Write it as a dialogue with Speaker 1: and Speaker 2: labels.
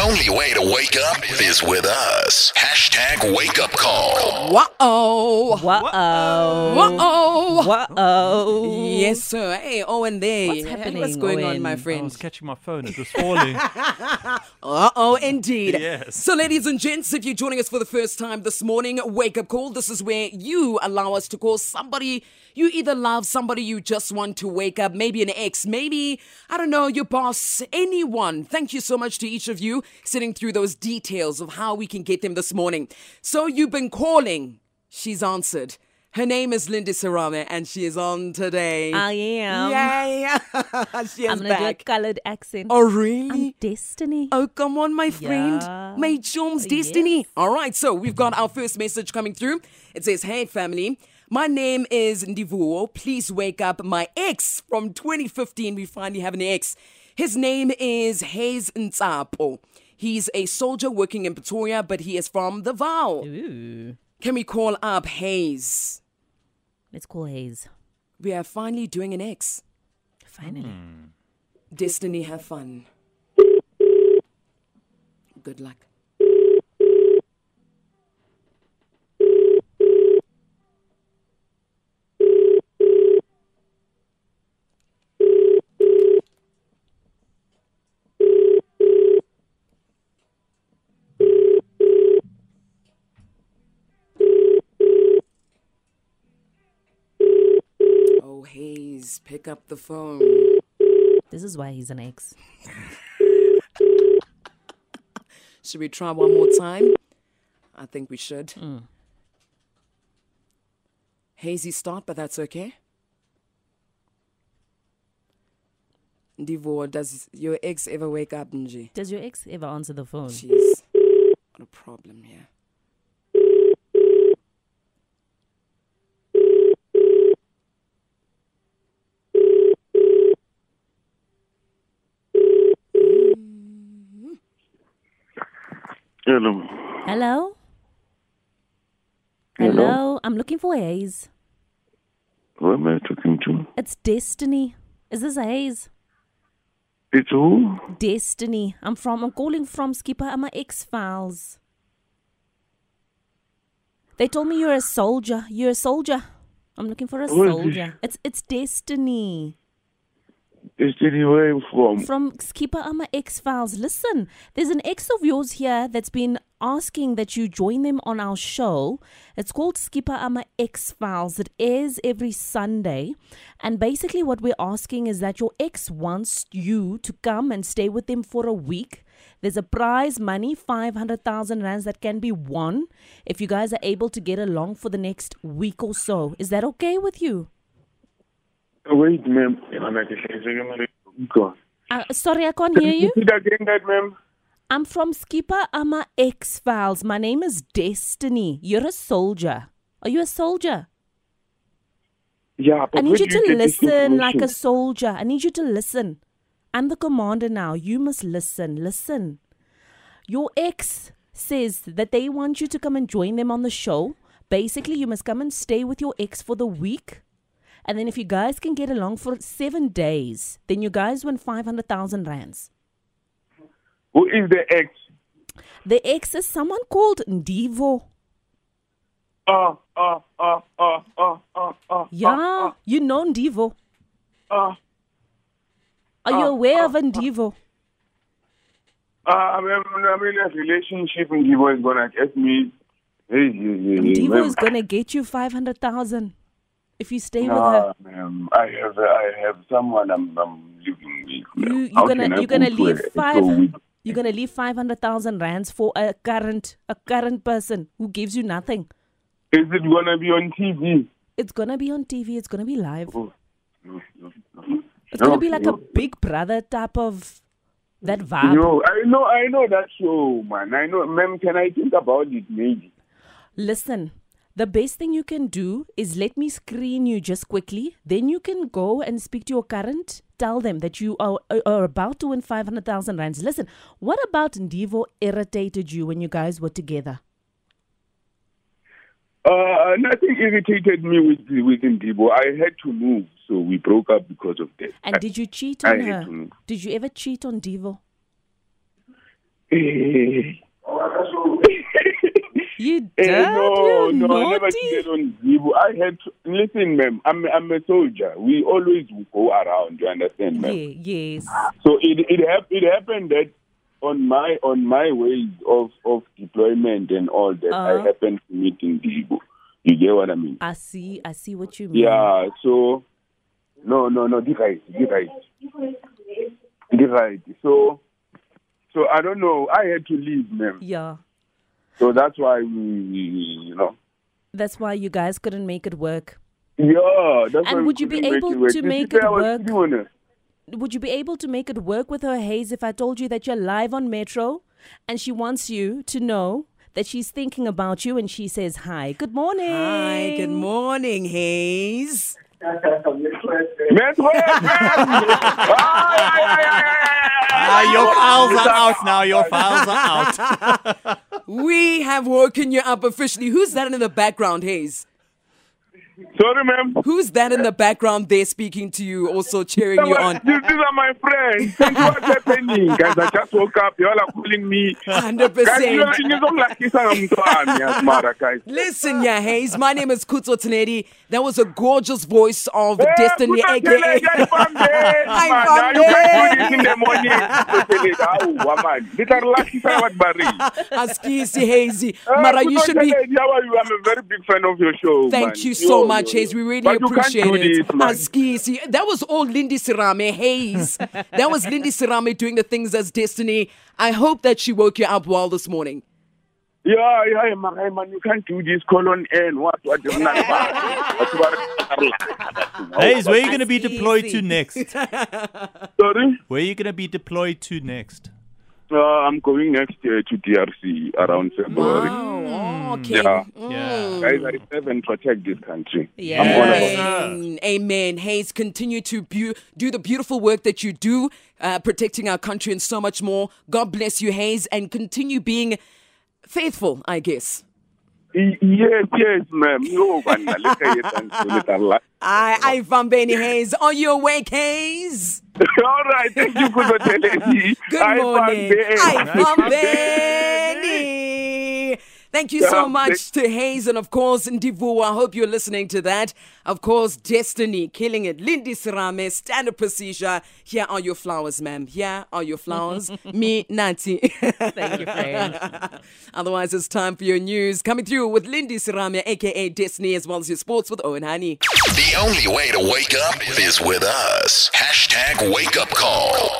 Speaker 1: only way to wake up is with us. Hashtag wake up call.
Speaker 2: Whoa.
Speaker 3: Whoa.
Speaker 2: Whoa.
Speaker 3: Whoa.
Speaker 2: Yes, sir. Hey, Owen there.
Speaker 3: What's
Speaker 2: Hey,
Speaker 3: happening, Oh,
Speaker 2: What's going on, my
Speaker 3: Owen?
Speaker 2: friend?
Speaker 4: I was catching my phone. It was falling.
Speaker 2: Uh oh, indeed.
Speaker 4: Yes.
Speaker 2: So, ladies and gents, if you're joining us for the first time this morning, wake up call. This is where you allow us to call somebody you either love, somebody you just want to wake up, maybe an ex, maybe, I don't know, your boss, anyone. Thank you so much to each of you sitting through those details of how we can get them this morning. So, you've been calling. She's answered. Her name is Lindy Sarame, and she is on today.
Speaker 3: I am.
Speaker 2: Yay! she is
Speaker 3: I'm going to do a
Speaker 2: back.
Speaker 3: colored accent.
Speaker 2: Oh, really?
Speaker 3: I'm Destiny.
Speaker 2: Oh, come on, my friend.
Speaker 3: Yeah.
Speaker 2: My chum's
Speaker 3: Yes.
Speaker 2: destiny. All right, so we've got our first message coming through. It says, Hey, family. My name is Ndivuo. Please wake up my ex from 2015. We finally have an ex. His name is Hayes Ntsapo. He's a soldier working in Pretoria, but he is from the Vow.
Speaker 3: Ooh.
Speaker 2: Can we call up Hayes?
Speaker 3: Let's call Hayes.
Speaker 2: We are finally doing an ex.
Speaker 3: Finally.
Speaker 2: Destiny, have fun. Good luck. Oh, Hayes, pick up the phone.
Speaker 3: This is why he's an ex.
Speaker 2: Should we try one more time? I think we should. Hazy start, but that's okay. Divo, does your ex ever wake up, Nji?
Speaker 3: Does your ex ever answer the phone?
Speaker 2: Jeez. What a problem here.
Speaker 5: Hello.
Speaker 3: Hello?
Speaker 5: Hello?
Speaker 3: I'm looking for Hayes.
Speaker 5: Who am I talking to?
Speaker 3: It's Destiny. Is this Hayes?
Speaker 5: It's who?
Speaker 3: Destiny. I'm from. I'm calling from Skipper. I'm a X Files. They told me you're a soldier. You're a soldier. I'm looking for a
Speaker 5: Who is
Speaker 3: soldier. It's it's Destiny
Speaker 5: It's anywhere I'm from.
Speaker 3: from Skipper. I'm a X Files. Listen, there's an ex of yours here that's been asking that you join them on our show. It's called Skipper. I'm a X Files. It airs every Sunday, and basically what we're asking is that your ex wants you to come and stay with them for a week. There's a prize money, 500,000 rands that can be won if you guys are able to get along for the next week or so. Is that okay with you?
Speaker 5: Wait, ma'am. I'm at the second God.
Speaker 3: Uh, sorry, I can't hear you.
Speaker 5: Repeat again that, ma'am.
Speaker 3: I'm from Skipper Ama X Files. My name is Destiny. You're a soldier. Are you a soldier?
Speaker 5: Yeah, but
Speaker 3: I need
Speaker 5: where
Speaker 3: you
Speaker 5: do you
Speaker 3: to
Speaker 5: get this
Speaker 3: listen like a
Speaker 5: information?
Speaker 3: soldier. I need you to listen. I'm the commander now. You must listen. Listen. Your ex says that they want you to come and join them on the show. Basically, you must come and stay with your ex for the week. And then, if you guys can get along for seven days, then you guys win 500,000 rands.
Speaker 5: Who is the ex?
Speaker 3: The ex is someone called Ndivo.
Speaker 5: Ah, ah, ah, ah, ah, ah, ah.
Speaker 3: Yeah, you know Ndivo.
Speaker 5: Ah,
Speaker 3: Are
Speaker 5: Uh,
Speaker 3: you aware of Ndivo?
Speaker 5: ah, I'm, I'm I'm in a relationship and Divo is gonna get me. Hey, hey, hey, hey,
Speaker 3: Ndivo
Speaker 5: ma'am.
Speaker 3: is gonna get you five hundred thousand if you stay with her.
Speaker 5: Nah, ma'am. I have, I have someone I'm, I'm living with. ma'am.
Speaker 3: You
Speaker 5: How
Speaker 3: you're gonna
Speaker 5: can I
Speaker 3: you're gonna
Speaker 5: go to
Speaker 3: leave
Speaker 5: an ex for a
Speaker 3: five
Speaker 5: week?
Speaker 3: you're gonna leave five hundred thousand rands for a current a current person who gives you nothing.
Speaker 5: Is it gonna be on TV?
Speaker 3: It's gonna be on TV. It's gonna be live.
Speaker 5: Oh, no, no, no.
Speaker 3: It's gonna
Speaker 5: No,
Speaker 3: be like a
Speaker 5: no.
Speaker 3: Big Brother type of that vibe.
Speaker 5: No, I know, I know that show, man. I know, ma'am. Can I think about it, maybe?
Speaker 3: Listen, the best thing you can do is let me screen you just quickly. Then you can go and speak to your current. Tell them that you are, are- are about to win 500,000 rands. Listen, what about Ndivo irritated you when you guys were together?
Speaker 5: Uh, nothing irritated me with with Ndibo. I had to move, so we broke up because of that.
Speaker 3: And
Speaker 5: I-
Speaker 3: did you cheat
Speaker 5: I
Speaker 3: on
Speaker 5: hate
Speaker 3: her?
Speaker 5: him.
Speaker 3: Did you ever cheat on Ndivo?
Speaker 5: Eh,
Speaker 3: You did?
Speaker 5: no,
Speaker 3: you
Speaker 5: no, I never
Speaker 3: naughty.
Speaker 5: cheated on Zibu. I had to, listen, ma'am. I'm I'm a soldier. We always go around. You understand, ma'am?
Speaker 3: yeah, yes.
Speaker 5: So it it, hap- it happened that on my on my ways of of deployment and all that,
Speaker 3: Uh-huh.
Speaker 5: I happened to meet in Zibu. You get what I mean?
Speaker 3: I see. I see what you mean.
Speaker 5: Yeah, so no, no, no, this right, this right, this right. So, so I don't know. I had to leave, ma'am.
Speaker 3: Yeah.
Speaker 5: So that's why we, we- you know.
Speaker 3: That's why you guys couldn't make it work.
Speaker 5: Yeah, that's
Speaker 3: And
Speaker 5: why we
Speaker 3: would you be
Speaker 5: couldn't
Speaker 3: able
Speaker 5: work.
Speaker 3: to
Speaker 5: You see,
Speaker 3: make
Speaker 5: there
Speaker 3: it
Speaker 5: I was
Speaker 3: work?
Speaker 5: sitting on it.
Speaker 3: Would you be able to make it work with her, Hayes, if I told you that you're live on Metro and she wants you to know that she's thinking about you and she says hi. Good morning.
Speaker 2: Hi, good morning, Hayes.
Speaker 5: Network, ma'am! Ah, yeah, yeah, yeah, yeah,
Speaker 4: Ah, your files are out now. Your files are out.
Speaker 2: We have woken you up officially. Who's that in the background, Hayes?
Speaker 5: yeah. Sorry, ma'am.
Speaker 2: Who's that in the background there speaking to you, also cheering you on?
Speaker 5: These, these are my friends. That's what's happening, guys. I just woke up. Y'all are calling me. Guys, you know,
Speaker 2: 100%.
Speaker 5: you don't like this. I'm mad, guys. Eh,
Speaker 2: Listen, yeah, Hayes. My name is Kutso Tenedi. That was a gorgeous voice of
Speaker 5: Eh,
Speaker 2: Destiny,
Speaker 5: kuta
Speaker 2: aka.
Speaker 5: kelele, I found it,
Speaker 2: I
Speaker 5: man.
Speaker 2: found
Speaker 5: Now you
Speaker 2: it.
Speaker 5: can do this in the morning. Kuta kelele, awu, woman. Little relax, you say what, Barry?
Speaker 2: Askisi Hazy.
Speaker 5: Eh,
Speaker 2: Mara, you
Speaker 5: kuta
Speaker 2: should be.
Speaker 5: kelele, how are you? I'm a very big fan of your show. man.
Speaker 2: Thank you so
Speaker 5: Yo,
Speaker 2: much,
Speaker 5: yo,
Speaker 2: Hayes. We
Speaker 5: yo.
Speaker 2: really
Speaker 5: But you can't
Speaker 2: appreciate
Speaker 5: do
Speaker 2: it.
Speaker 5: this, man.
Speaker 2: Askisi. That was all Lindy Sirame, Hayes. that was Lindy Sirame doing the things as Destiny. I hope that she woke you up well this morning.
Speaker 5: Yeah, yeah, yeah, man, hey, man, you can't do this. Call on N. What? What? you're not bad. That's what-
Speaker 4: Hayes, where are you going to be
Speaker 3: That's
Speaker 4: deployed
Speaker 3: easy.
Speaker 4: to next?
Speaker 5: Sorry?
Speaker 4: Where are you going to be deployed to next?
Speaker 5: Uh, I'm going next year to DRC around February.
Speaker 2: Oh, okay.
Speaker 5: Yeah.
Speaker 4: Mm. Yeah.
Speaker 5: Guys, I serve and protect this country.
Speaker 3: Yeah.
Speaker 5: I'm one of them.
Speaker 2: Amen. Amen. Hayes, continue to beau- do the beautiful work that you do, uh, protecting our country and so much more. God bless you, Hayes, and continue being faithful, I guess.
Speaker 5: Y- Yes, yes, ma'am. No, man, let's say it and do it and laugh.
Speaker 2: I, I found Benny Hayes. Are you awake, Hayes?
Speaker 5: All right, thank you, good hotelity.
Speaker 2: Good
Speaker 5: I
Speaker 2: morning.
Speaker 5: found
Speaker 2: I
Speaker 5: them.
Speaker 2: found Benny. Thank you so
Speaker 5: Yeah,
Speaker 2: much to Hayes and, of course, Ndivu. I hope you're listening to that. Of course, Destiny, killing it. Lindy Sirame, standard procedure. Here are your flowers, ma'am. Here are your flowers. Me, Nancy.
Speaker 3: Thank you, friend.
Speaker 2: Otherwise, it's time for your news. Coming through with Lindy Sirame, aka Destiny, as well as your sports with Owen Honey.
Speaker 1: The only way to wake up is with us. Hashtag wake up call.